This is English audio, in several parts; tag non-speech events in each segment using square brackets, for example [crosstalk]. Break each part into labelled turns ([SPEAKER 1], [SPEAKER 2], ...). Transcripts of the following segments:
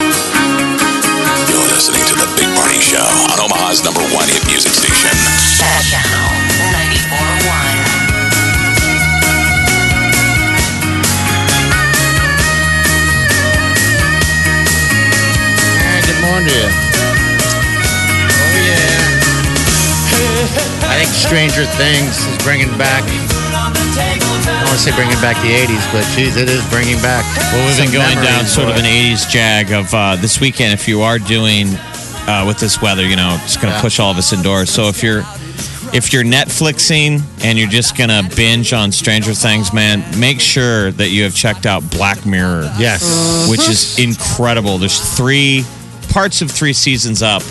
[SPEAKER 1] You're listening to The Big Party Show on Omaha's number one hit music station.
[SPEAKER 2] Channel 941.
[SPEAKER 3] Yeah, good morning to you. Oh, yeah. I think Stranger Things is bringing back, I don't want to say bringing back the 80s, but geez, it is bringing back.
[SPEAKER 4] Well, we've been
[SPEAKER 3] some
[SPEAKER 4] going down
[SPEAKER 3] memories
[SPEAKER 4] sort of
[SPEAKER 3] for
[SPEAKER 4] an
[SPEAKER 3] us.
[SPEAKER 4] 80s jag of uh, this weekend. If you are doing uh, with this weather, you know, it's going to
[SPEAKER 3] Yeah.
[SPEAKER 4] push all of us indoors. So if you're if you're Netflixing and you're just going to binge on Stranger Things, man, make sure that you have checked out Black Mirror,
[SPEAKER 3] Yes.
[SPEAKER 4] which is incredible. There's three parts of three seasons up,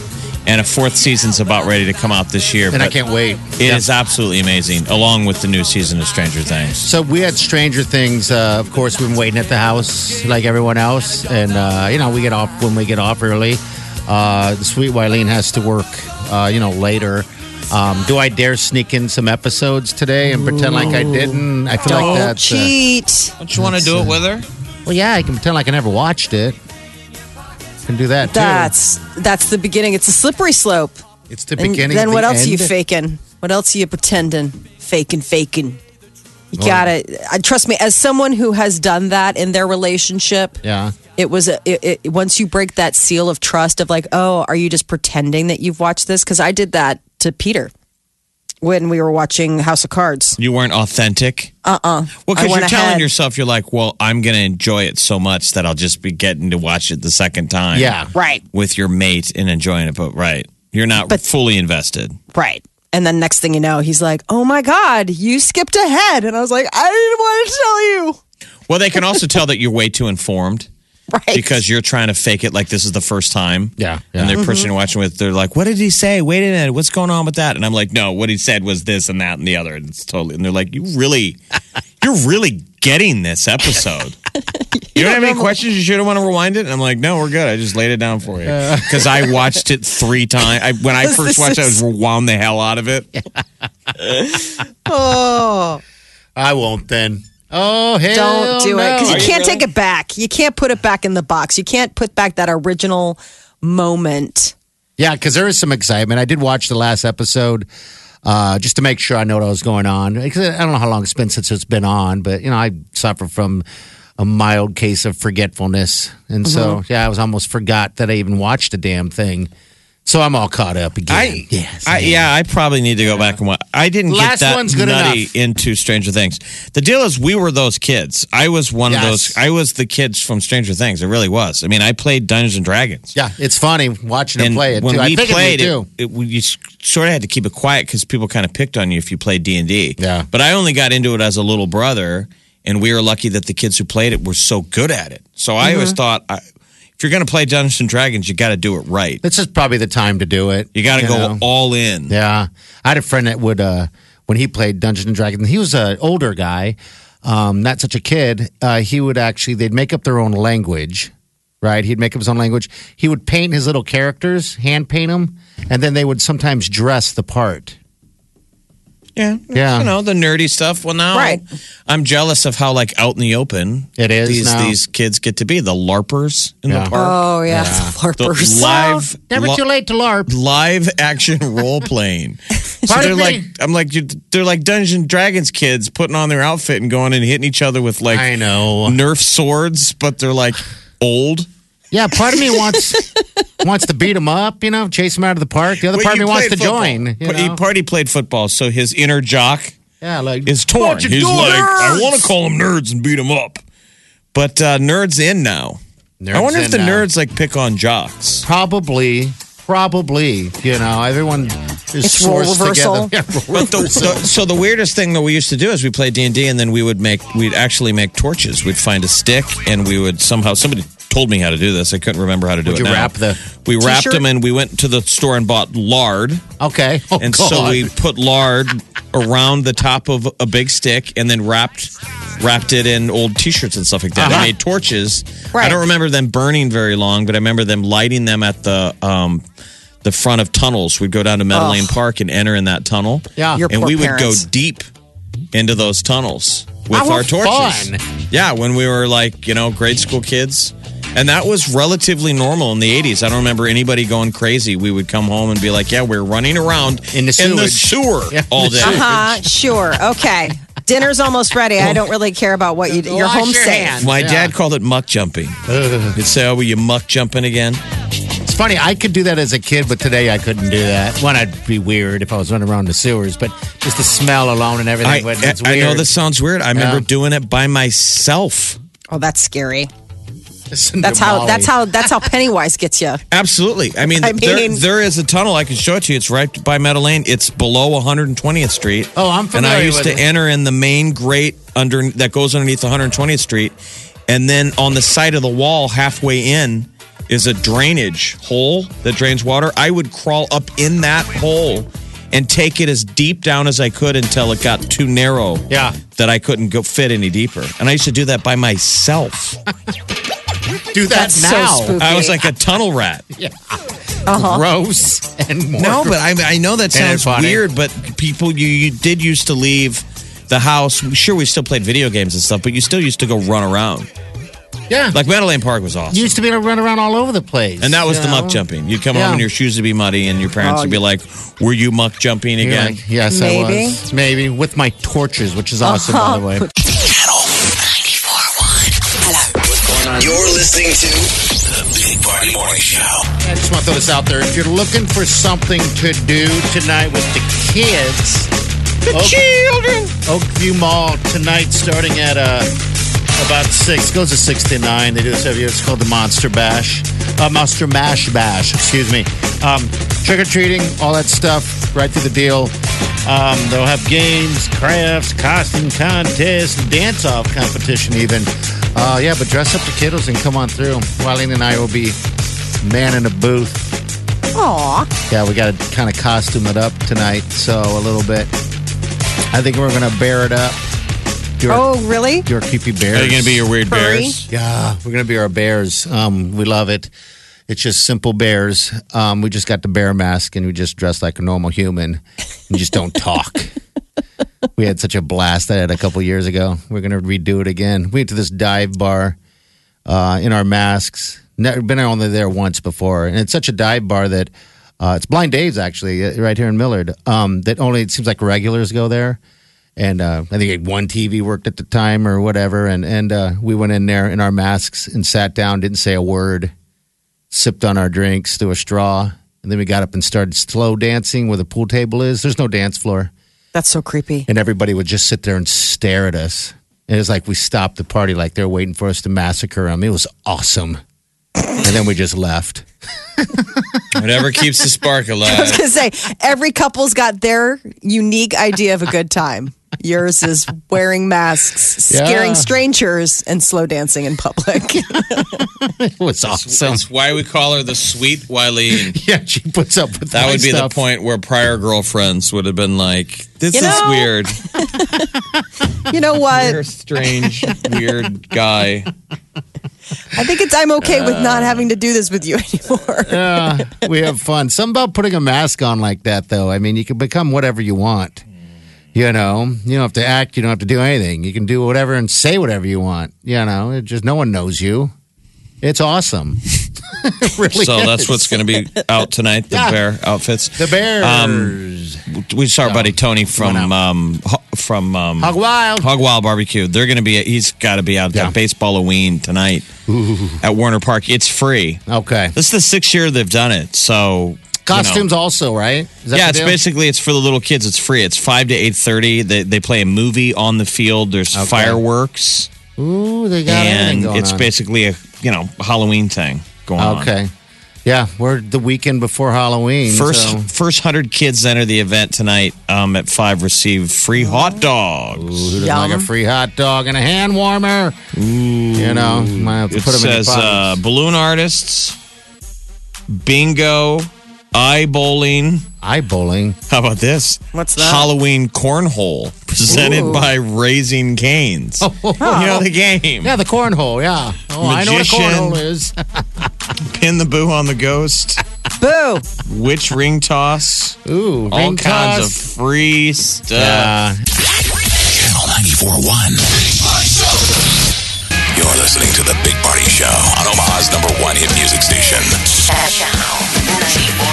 [SPEAKER 4] and a fourth season's about ready to come out this year.
[SPEAKER 3] And I
[SPEAKER 4] but
[SPEAKER 3] can't wait.
[SPEAKER 4] it is absolutely amazing, along with the new season of Stranger Things.
[SPEAKER 3] So we had Stranger Things. Uh, of course, we've been waiting at the house like everyone else, and uh, you know we get off when we get off early. Uh, the sweet Wileen has to work, uh, you know, later. Um, do I dare sneak in some episodes today and pretend like I didn't? I feel like
[SPEAKER 5] Don't
[SPEAKER 3] that's. Uh,
[SPEAKER 5] cheat.
[SPEAKER 4] Don't you want to do it with her?
[SPEAKER 3] well, yeah, I can pretend like I never watched it. Can do that too.
[SPEAKER 5] That's that's the beginning. It's a slippery slope.
[SPEAKER 3] it's the
[SPEAKER 5] And
[SPEAKER 3] beginning.
[SPEAKER 5] then
[SPEAKER 3] of
[SPEAKER 5] what
[SPEAKER 3] the
[SPEAKER 5] else are you
[SPEAKER 3] end.
[SPEAKER 5] faking? What else are you pretending? Faking, faking. You gotta I, trust me. As someone who has done that in their relationship,
[SPEAKER 3] Yeah.
[SPEAKER 5] it was a, it, it, once you break that seal of trust of like, oh, are you just pretending that you've watched this? Because I did that to Peter when we were watching House of Cards.
[SPEAKER 4] You weren't authentic. Uh uh Well,
[SPEAKER 5] Uh-uh. I
[SPEAKER 4] because
[SPEAKER 5] went
[SPEAKER 4] you're telling
[SPEAKER 5] ahead.
[SPEAKER 4] yourself you're like, well, I'm going to enjoy it so much that I'll just be getting to watch it the second time.
[SPEAKER 3] Yeah.
[SPEAKER 5] Right,
[SPEAKER 4] With your mate and enjoying it, but right, you're not
[SPEAKER 5] But-
[SPEAKER 4] fully invested.
[SPEAKER 5] right. And then next thing you know, he's like, "Oh my God, you skipped ahead," and I was like, "I didn't want to tell you."
[SPEAKER 4] Well, they can also tell that you're way too [laughs] informed
[SPEAKER 5] Right.
[SPEAKER 4] because you're trying to fake it like this is the first time.
[SPEAKER 3] Yeah, yeah.
[SPEAKER 4] And they're pushing and watching with. They're like, "What did he say? Wait a minute, what's going on with that?" And I'm like, "No, what he said was this and that and the other." And it's totally. And they're like, "You really, [laughs] you're really getting this episode." [laughs] You don't have any questions? You should have want to rewind it. And I'm like, no, we're good. I just laid it down for you
[SPEAKER 3] Uh.
[SPEAKER 4] [laughs] because I watched it three times. I, [laughs] when I first watched, it, I was rewound the hell out of it. Oh.
[SPEAKER 3] I won't then. Oh hell!
[SPEAKER 5] Don't do it
[SPEAKER 3] no.
[SPEAKER 5] because
[SPEAKER 4] Are
[SPEAKER 5] you
[SPEAKER 4] you
[SPEAKER 5] can't
[SPEAKER 4] really?
[SPEAKER 5] take it back. You can't put it back in the box. You can't put back that original moment.
[SPEAKER 3] Yeah, because there is some excitement. I did watch the last episode uh, just to make sure I know what was going on. 'Cause I don't know how long it's been since it's been on, but you know, I suffer from a mild case of forgetfulness, and so
[SPEAKER 4] Mm-hmm.
[SPEAKER 3] yeah, I was almost forgot that I even watched the damn thing. So I'm all caught up again.
[SPEAKER 4] I,
[SPEAKER 3] yes,
[SPEAKER 4] I, yeah, I probably need to go back and watch. I didn't
[SPEAKER 3] Last
[SPEAKER 4] get that
[SPEAKER 3] one's good
[SPEAKER 4] nutty
[SPEAKER 3] enough.
[SPEAKER 4] into Stranger Things. The deal is, we were those kids. I was one of
[SPEAKER 3] Yes.
[SPEAKER 4] those. I was the kids from Stranger Things. I really was. I mean, I played Dungeons and Dragons.
[SPEAKER 3] yeah, it's funny watching him play it
[SPEAKER 4] when
[SPEAKER 3] too.
[SPEAKER 4] we
[SPEAKER 3] I figured
[SPEAKER 4] played
[SPEAKER 3] me
[SPEAKER 4] it,
[SPEAKER 3] too.
[SPEAKER 4] it, we- you sort of had to keep it quiet because people kind of picked on you if you played D and D.
[SPEAKER 3] Yeah.
[SPEAKER 4] But I only got into it as a little brother, and we were lucky that the kids who played it were so good at it. So I
[SPEAKER 3] Mm-hmm.
[SPEAKER 4] always thought, I, if you're going to play Dungeons and Dragons, you got to do it right.
[SPEAKER 3] This is probably the time to do it.
[SPEAKER 4] You got to go
[SPEAKER 3] know?
[SPEAKER 4] all in.
[SPEAKER 3] Yeah, I had a friend that would uh, when he played Dungeons and Dragons. He was an older guy, um, not such a kid. Uh, he would actually they'd make up their own language, right? He'd make up his own language. He would paint his little characters, hand paint them, and then they would sometimes dress the part.
[SPEAKER 4] Yeah.
[SPEAKER 3] Yeah.
[SPEAKER 4] You know, the nerdy stuff. Well, now
[SPEAKER 5] Right.
[SPEAKER 4] I'm jealous of how, like, out in the open
[SPEAKER 3] It is
[SPEAKER 4] these,
[SPEAKER 3] now.
[SPEAKER 4] these kids get to be the LARPers in
[SPEAKER 3] Yeah.
[SPEAKER 4] the park.
[SPEAKER 5] Oh
[SPEAKER 4] [laughs]
[SPEAKER 5] yeah,
[SPEAKER 4] The
[SPEAKER 5] larpers.
[SPEAKER 4] live,
[SPEAKER 3] Never
[SPEAKER 4] li-
[SPEAKER 3] too late to [laughs] LARP.
[SPEAKER 4] live action role playing. so
[SPEAKER 3] Pardon
[SPEAKER 4] they're
[SPEAKER 3] me?
[SPEAKER 4] like, I'm like, you- they're like Dungeons and Dragons kids putting on their outfit and going and hitting each other with like
[SPEAKER 3] I
[SPEAKER 4] [laughs]
[SPEAKER 3] know.
[SPEAKER 4] Nerf swords, but they're like old.
[SPEAKER 3] Yeah, part of me wants wants to beat him up, you know, chase him out of the park. The other
[SPEAKER 4] But
[SPEAKER 3] part of
[SPEAKER 4] you
[SPEAKER 3] me wants to
[SPEAKER 4] played football.
[SPEAKER 3] join. You
[SPEAKER 4] But He
[SPEAKER 3] know?
[SPEAKER 4] party played football, so his inner jock
[SPEAKER 3] yeah, like
[SPEAKER 4] is torn.
[SPEAKER 3] What you
[SPEAKER 4] He's
[SPEAKER 3] doing?
[SPEAKER 4] like, I want to call them nerds and beat them up. But uh, nerds in now. I
[SPEAKER 3] Nerds
[SPEAKER 4] wonder
[SPEAKER 3] in
[SPEAKER 4] if the
[SPEAKER 3] now.
[SPEAKER 4] nerds like pick on jocks.
[SPEAKER 3] probably probably you know everyone is
[SPEAKER 5] It's role
[SPEAKER 3] sourced
[SPEAKER 5] reversal.
[SPEAKER 3] together. Yeah, role
[SPEAKER 4] But the, the, so the weirdest thing that we used to do is we played D and D, and then we would make we'd actually make torches. We'd find a stick, and we would somehow somebody told me how to do this. I couldn't remember how to do
[SPEAKER 3] Would
[SPEAKER 4] it.
[SPEAKER 3] you
[SPEAKER 4] now.
[SPEAKER 3] wrap the
[SPEAKER 4] We wrapped
[SPEAKER 5] t-shirt?
[SPEAKER 4] them and we went to the store and bought lard.
[SPEAKER 3] [laughs] Okay. Oh,
[SPEAKER 4] [laughs] And so
[SPEAKER 3] God.
[SPEAKER 4] we put lard around the top of a big stick and then wrapped wrapped it in old t-shirts and stuff like that.
[SPEAKER 3] Uh-huh.
[SPEAKER 4] I made torches. I
[SPEAKER 5] Right.
[SPEAKER 4] don't remember them burning very long, but I remember them lighting them at the um the front of tunnels. We'd go down to Medellin Park and enter in that tunnel.
[SPEAKER 3] Yeah. Your
[SPEAKER 4] and
[SPEAKER 5] poor
[SPEAKER 4] we would
[SPEAKER 5] parents.
[SPEAKER 4] go deep into those tunnels with
[SPEAKER 3] How
[SPEAKER 4] our torches.
[SPEAKER 3] fun.
[SPEAKER 4] Yeah, when we were like, you know, grade school kids. And that was relatively normal in the 80s. I don't remember anybody going crazy. We would come home and be like, yeah, we're running around
[SPEAKER 3] In the sewage.
[SPEAKER 4] sewer
[SPEAKER 3] [laughs] Yeah.
[SPEAKER 4] all day.
[SPEAKER 5] Uh huh. Sure. Okay. Dinner's almost ready. I don't really care about what you. You're
[SPEAKER 3] Wash
[SPEAKER 5] home
[SPEAKER 3] your
[SPEAKER 5] safe.
[SPEAKER 3] hands.
[SPEAKER 4] My
[SPEAKER 3] Yeah.
[SPEAKER 4] dad called it muck jumping. He'd say, oh, were you muck jumping again?
[SPEAKER 3] It's funny. I could do that as a kid, but today I couldn't do that. One, I'd be weird if I was running around the sewers, but just the smell alone and everything.
[SPEAKER 4] I,
[SPEAKER 3] but it's
[SPEAKER 4] I- I
[SPEAKER 3] weird.
[SPEAKER 4] know this sounds weird. I remember
[SPEAKER 3] Yeah.
[SPEAKER 4] doing it by myself.
[SPEAKER 5] Oh, that's scary.
[SPEAKER 3] Listen to
[SPEAKER 5] That's how.
[SPEAKER 3] Molly.
[SPEAKER 5] That's how. That's how Pennywise gets you.
[SPEAKER 4] Absolutely. I mean,
[SPEAKER 5] I
[SPEAKER 4] there,
[SPEAKER 5] mean-
[SPEAKER 4] there is a tunnel. I can show it to you. It's right by Meadow Lane. It's below 120th Street.
[SPEAKER 3] Oh, I'm
[SPEAKER 4] And
[SPEAKER 3] familiar
[SPEAKER 4] I used
[SPEAKER 3] with
[SPEAKER 4] to
[SPEAKER 3] it.
[SPEAKER 4] enter in the main grate under that goes underneath 120th Street, and then on the side of the wall, halfway in, is a drainage hole that drains water. I would crawl up in that hole and take it as deep down as I could until it got too narrow.
[SPEAKER 3] Yeah.
[SPEAKER 4] That I couldn't go fit any deeper. And I used to do that by myself.
[SPEAKER 3] do that
[SPEAKER 5] That's so
[SPEAKER 3] now. [laughs]
[SPEAKER 5] spooky. Uh-huh.
[SPEAKER 4] I was like a tunnel rat.
[SPEAKER 3] Gross and more
[SPEAKER 4] No,
[SPEAKER 3] gr-
[SPEAKER 4] but I, I know
[SPEAKER 3] Ain't
[SPEAKER 4] that
[SPEAKER 3] it
[SPEAKER 4] sounds
[SPEAKER 3] funny?
[SPEAKER 4] weird. But people, you, you did used to leave the house. Sure, we still played video games and stuff, but you still used to go run around.
[SPEAKER 3] yeah, like
[SPEAKER 4] Like Mandalay Park was awesome,
[SPEAKER 3] you used to be able to run around all over the place,
[SPEAKER 4] and that was
[SPEAKER 3] you
[SPEAKER 4] the
[SPEAKER 3] know?
[SPEAKER 4] muck jumping. You'd come
[SPEAKER 3] Yeah.
[SPEAKER 4] home and your shoes would be muddy, and your parents
[SPEAKER 5] Oh,
[SPEAKER 4] would be like, "Were you muck jumping
[SPEAKER 3] You're
[SPEAKER 4] again?"
[SPEAKER 3] like, yes, I
[SPEAKER 5] Maybe. Uh-huh.
[SPEAKER 3] was. Maybe with my torches, which is awesome, by the way.
[SPEAKER 1] Channel
[SPEAKER 2] 941. Hello.
[SPEAKER 1] You're listening to the Big Party Morning Show.
[SPEAKER 3] I just want to throw this out there. If you're looking for something to do tonight with the kids, the children, Oakview Mall tonight, starting at uh, about six, goes to six to nine. They do this every year. It's called the Monster Bash, uh, Monster Mash Bash. Excuse me. Um, Trick or treating, all that stuff, right through the deal. Um, they'll have games, crafts, costume contests, dance off competition, even. Uh, yeah, but dress up the kiddos and come on through. Wileen and I will be man in a booth.
[SPEAKER 5] Aw.
[SPEAKER 3] Yeah, we got to kind of costume it up tonight, so a little bit. I think we're going to bear it up. Do our,
[SPEAKER 5] Oh, really?
[SPEAKER 3] do our creepy bears.
[SPEAKER 4] Are you going to be your weird
[SPEAKER 5] Furry?
[SPEAKER 4] bears?
[SPEAKER 3] Yeah, we're going to be our bears. Um, we love it. It's just simple bears. Um, we just got the bear mask and we just dress like a normal human and just don't talk. we had such a blast at it a couple years ago. We're going to redo it again. We went to this dive bar uh, in our masks. Never been only there once before, and it's such a dive bar that uh, it's Blind Dave's actually uh, right here in Millard. Um, that only it seems like regulars go there, and uh, I think like one TV worked at the time or whatever, and and uh, we went in there in our masks and sat down, didn't say a word, sipped on our drinks through a straw, and then we got up and started slow dancing where the pool table is. There's no dance floor
[SPEAKER 5] That's so creepy.
[SPEAKER 3] and everybody would just sit there and stare at us. And it was like we stopped the party, like they're waiting for us to massacre them. It was awesome. and then we just left.
[SPEAKER 4] Whatever keeps the spark
[SPEAKER 5] I was
[SPEAKER 4] alive.
[SPEAKER 5] gonna say every couple's got their unique idea of a good time. Yours is wearing masks,
[SPEAKER 3] Yeah.
[SPEAKER 5] scaring strangers, and slow dancing in public. [laughs]
[SPEAKER 3] It was awesome.
[SPEAKER 4] That's why we call her the sweet Wileen.
[SPEAKER 3] [laughs] Yeah, she puts up with
[SPEAKER 4] That
[SPEAKER 3] my
[SPEAKER 4] would be
[SPEAKER 3] stuff.
[SPEAKER 4] the point where prior girlfriends would have been like, "This
[SPEAKER 5] You
[SPEAKER 4] is
[SPEAKER 5] know-
[SPEAKER 4] weird.
[SPEAKER 5] you know what?
[SPEAKER 4] You're a strange, weird guy."
[SPEAKER 5] I think it's I'm okay with
[SPEAKER 3] Uh,
[SPEAKER 5] not having to do this with you [laughs] anymore.
[SPEAKER 3] Yeah, we have fun. Something about putting a mask on like that, though. I mean, you can become whatever you want. You know, you don't have to act. You don't have to do anything. You can do whatever and say whatever you want. You know, it just no one knows you. It's awesome. [laughs] It really
[SPEAKER 4] So
[SPEAKER 3] is.
[SPEAKER 4] that's what's going to be out tonight. The
[SPEAKER 3] Yeah.
[SPEAKER 4] bear outfits.
[SPEAKER 3] the bears.
[SPEAKER 4] Um, we saw our buddy Tony from
[SPEAKER 3] went
[SPEAKER 4] um, Ho- from um,
[SPEAKER 3] Hog Wild.
[SPEAKER 4] Hog Wild Barbecue. They're going to be. He's got to be out
[SPEAKER 3] Yeah.
[SPEAKER 4] at baseball Halloween tonight at Warner Park. It's free.
[SPEAKER 3] Okay.
[SPEAKER 4] This is the sixth year they've done it. So you know.
[SPEAKER 3] Costumes also, right? Is that
[SPEAKER 4] yeah,
[SPEAKER 3] the
[SPEAKER 4] it's
[SPEAKER 3] deal?
[SPEAKER 4] basically it's for the little kids. It's free. It's five to eight thirty. They they play a movie on the field. There's fireworks,
[SPEAKER 3] Ooh, they got everything
[SPEAKER 4] and
[SPEAKER 3] going
[SPEAKER 4] it's
[SPEAKER 3] on.
[SPEAKER 4] basically a you know Halloween thing going on.
[SPEAKER 3] Okay. Yeah, we're the weekend before Halloween.
[SPEAKER 4] First,
[SPEAKER 3] so-
[SPEAKER 4] first hundred kids enter the event tonight um, at five receive free hot dogs.
[SPEAKER 3] Ooh, who doesn't like a
[SPEAKER 5] Yum.
[SPEAKER 3] free hot dog and a hand warmer. Ooh. You know, might have to
[SPEAKER 4] It
[SPEAKER 3] put them
[SPEAKER 4] says
[SPEAKER 3] in your
[SPEAKER 4] uh,
[SPEAKER 3] pockets.
[SPEAKER 4] balloon artists, bingo, eye bowling.
[SPEAKER 3] Eye bowling.
[SPEAKER 4] How about this?
[SPEAKER 5] What's that?
[SPEAKER 4] Halloween cornhole presented
[SPEAKER 5] Ooh. Oh.
[SPEAKER 4] by Raising Canes.
[SPEAKER 5] [laughs]
[SPEAKER 4] You know the game.
[SPEAKER 3] Yeah, the cornhole. Yeah. Oh, I know what a
[SPEAKER 4] Magician.
[SPEAKER 3] cornhole is. [laughs]
[SPEAKER 4] Pin the boo on the ghost.
[SPEAKER 5] Boo!
[SPEAKER 4] Witch ring toss.
[SPEAKER 3] Ooh,
[SPEAKER 4] all
[SPEAKER 3] ring
[SPEAKER 4] kinds
[SPEAKER 3] toss. Uh,
[SPEAKER 4] of free stuff.
[SPEAKER 3] Yeah.
[SPEAKER 1] Channel 941. You're listening to the Big Party Show on Omaha's number one hit music station.
[SPEAKER 2] Channel 941.
[SPEAKER 3] All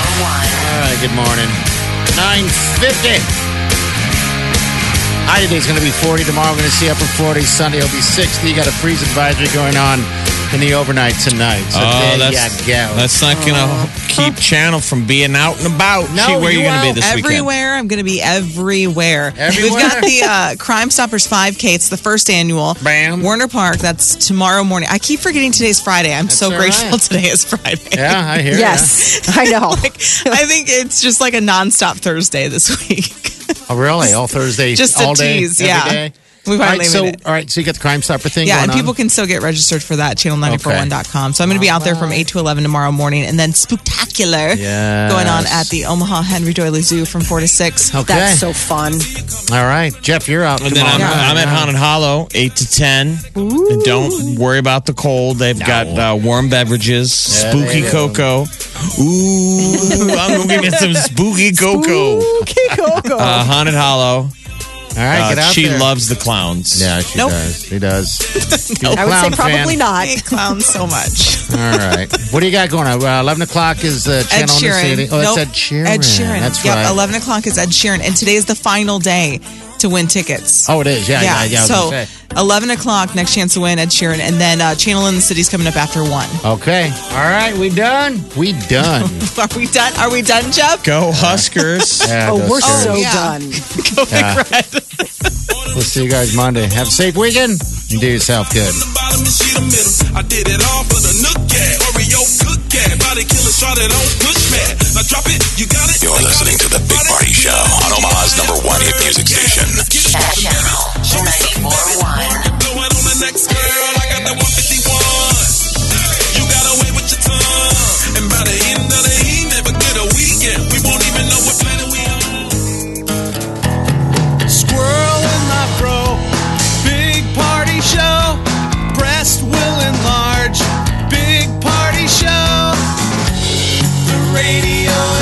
[SPEAKER 3] right, good morning. 950. High today's going to be 40. Tomorrow we're going to see upper 40. Sunday will be 60. You got a freeze advisory going on in the overnight tonight. So
[SPEAKER 4] Oh,
[SPEAKER 3] there
[SPEAKER 4] that's,
[SPEAKER 3] you go.
[SPEAKER 4] that's not going to keep Channel from being out and about.
[SPEAKER 3] No,
[SPEAKER 4] Gee, where
[SPEAKER 3] you
[SPEAKER 4] you going to be
[SPEAKER 3] out
[SPEAKER 4] this
[SPEAKER 6] everywhere.
[SPEAKER 4] weekend?
[SPEAKER 6] I'm going to be everywhere.
[SPEAKER 3] Everywhere?
[SPEAKER 6] We've got the uh, Crime Stoppers 5K. It's the first annual.
[SPEAKER 3] Bam.
[SPEAKER 6] Warner Park. That's tomorrow morning. I keep forgetting today's Friday. I'm so
[SPEAKER 3] all
[SPEAKER 6] grateful
[SPEAKER 3] right.
[SPEAKER 6] [laughs] today is Friday.
[SPEAKER 3] [laughs] yeah, I hear
[SPEAKER 5] Yes, I know.
[SPEAKER 6] [laughs] I think it's just like a nonstop Thursday this week. [laughs]
[SPEAKER 3] ya. Oh, really? All Thursday,
[SPEAKER 6] Just a
[SPEAKER 3] all day,
[SPEAKER 6] tease,
[SPEAKER 3] every
[SPEAKER 6] yeah.
[SPEAKER 3] day?
[SPEAKER 6] We
[SPEAKER 3] all right,
[SPEAKER 6] [laughs] finally
[SPEAKER 3] so,
[SPEAKER 6] made it.
[SPEAKER 3] All right, so you got the Crime Stopper thing
[SPEAKER 6] Yeah,
[SPEAKER 3] going
[SPEAKER 6] and people
[SPEAKER 3] on?
[SPEAKER 6] can still get registered for that channel941.com. So I'm going to be out there from 8 to 11 tomorrow morning and then spectacular
[SPEAKER 3] Yes.
[SPEAKER 6] going on at the Omaha Henry Doyle Zoo from 4
[SPEAKER 3] [laughs]
[SPEAKER 6] to 6.
[SPEAKER 3] Okay.
[SPEAKER 5] That's so fun.
[SPEAKER 3] All right, Jeff, you're out
[SPEAKER 4] And then
[SPEAKER 3] tomorrow.
[SPEAKER 4] I'm,
[SPEAKER 6] Yeah.
[SPEAKER 4] I'm at Haunted Hollow, 8 to 10. And don't worry about the cold. They've got uh, warm beverages, spooky
[SPEAKER 3] they do.
[SPEAKER 4] cocoa. Ooh, [laughs] I'm going to get some spooky cocoa.
[SPEAKER 5] Spooky Coco.
[SPEAKER 4] Uh, Haunted Hollow.
[SPEAKER 3] All right,
[SPEAKER 4] Uh,
[SPEAKER 3] get out
[SPEAKER 4] she
[SPEAKER 3] there.
[SPEAKER 4] loves the clowns.
[SPEAKER 3] Yeah, she
[SPEAKER 6] Nope.
[SPEAKER 3] does. She
[SPEAKER 6] [laughs]
[SPEAKER 3] does.
[SPEAKER 5] I would say probably
[SPEAKER 6] I
[SPEAKER 5] not.
[SPEAKER 6] hate clowns so much.
[SPEAKER 3] All right. What do you got going on? Uh, 11 o'clock is uh,
[SPEAKER 6] Ed
[SPEAKER 3] Channel
[SPEAKER 6] Sheeran.
[SPEAKER 3] City. Oh,
[SPEAKER 6] Nope.
[SPEAKER 3] that's Ed Sheeran.
[SPEAKER 6] Ed Sheeran.
[SPEAKER 3] That's
[SPEAKER 6] yep,
[SPEAKER 3] right.
[SPEAKER 6] 11 o'clock is Ed Sheeran. And today is the final day to win tickets.
[SPEAKER 3] Oh, it is. Yeah, yeah, yeah. I was
[SPEAKER 6] so
[SPEAKER 3] gonna say.
[SPEAKER 6] 11 o'clock, next chance to win Ed Sheeran. And then uh, Channel in the City's coming up after 1.
[SPEAKER 3] Okay. All right. We done? We done.
[SPEAKER 6] [laughs] Are we done? Are we done, Jeff?
[SPEAKER 4] Go Huskers.
[SPEAKER 3] Yeah,
[SPEAKER 5] Oh,
[SPEAKER 3] go
[SPEAKER 5] we're
[SPEAKER 3] Scarabs.
[SPEAKER 5] so
[SPEAKER 6] yeah.
[SPEAKER 5] done.
[SPEAKER 3] We'll see you guys Monday. Have a safe weekend and do yourself good.
[SPEAKER 7] the bottom and she the middle. I did it all for the nook at Oreo cook at body killer shot it on push pad. Now drop it, you got it.
[SPEAKER 1] You're
[SPEAKER 7] I got
[SPEAKER 1] listening
[SPEAKER 7] it.
[SPEAKER 1] to the Big
[SPEAKER 7] Got it.
[SPEAKER 1] Party Show on Omaha's number one hit music station.
[SPEAKER 2] Channel 941.
[SPEAKER 7] Blow it on the next girl. I got that 151. You got away with your tongue. And by the end of the evening, forget a weekend. We won't even know what planet we on.
[SPEAKER 8] Squirrel in my fro. Big party show. Breast will enlarge. Big party show. The radio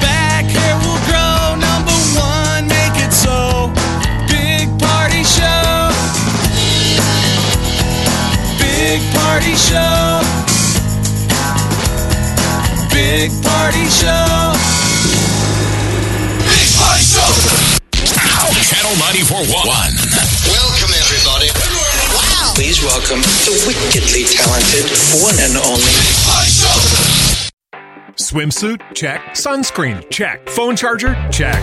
[SPEAKER 8] Back hair will grow. Number one, make it so. Big party show. Big party show. Big party show.
[SPEAKER 1] Big Party Show. Channel 941.
[SPEAKER 9] Welcome, everybody. Please welcome the wickedly talented one and only
[SPEAKER 10] Swimsuit? Check. Sunscreen? Check. Phone charger? Check.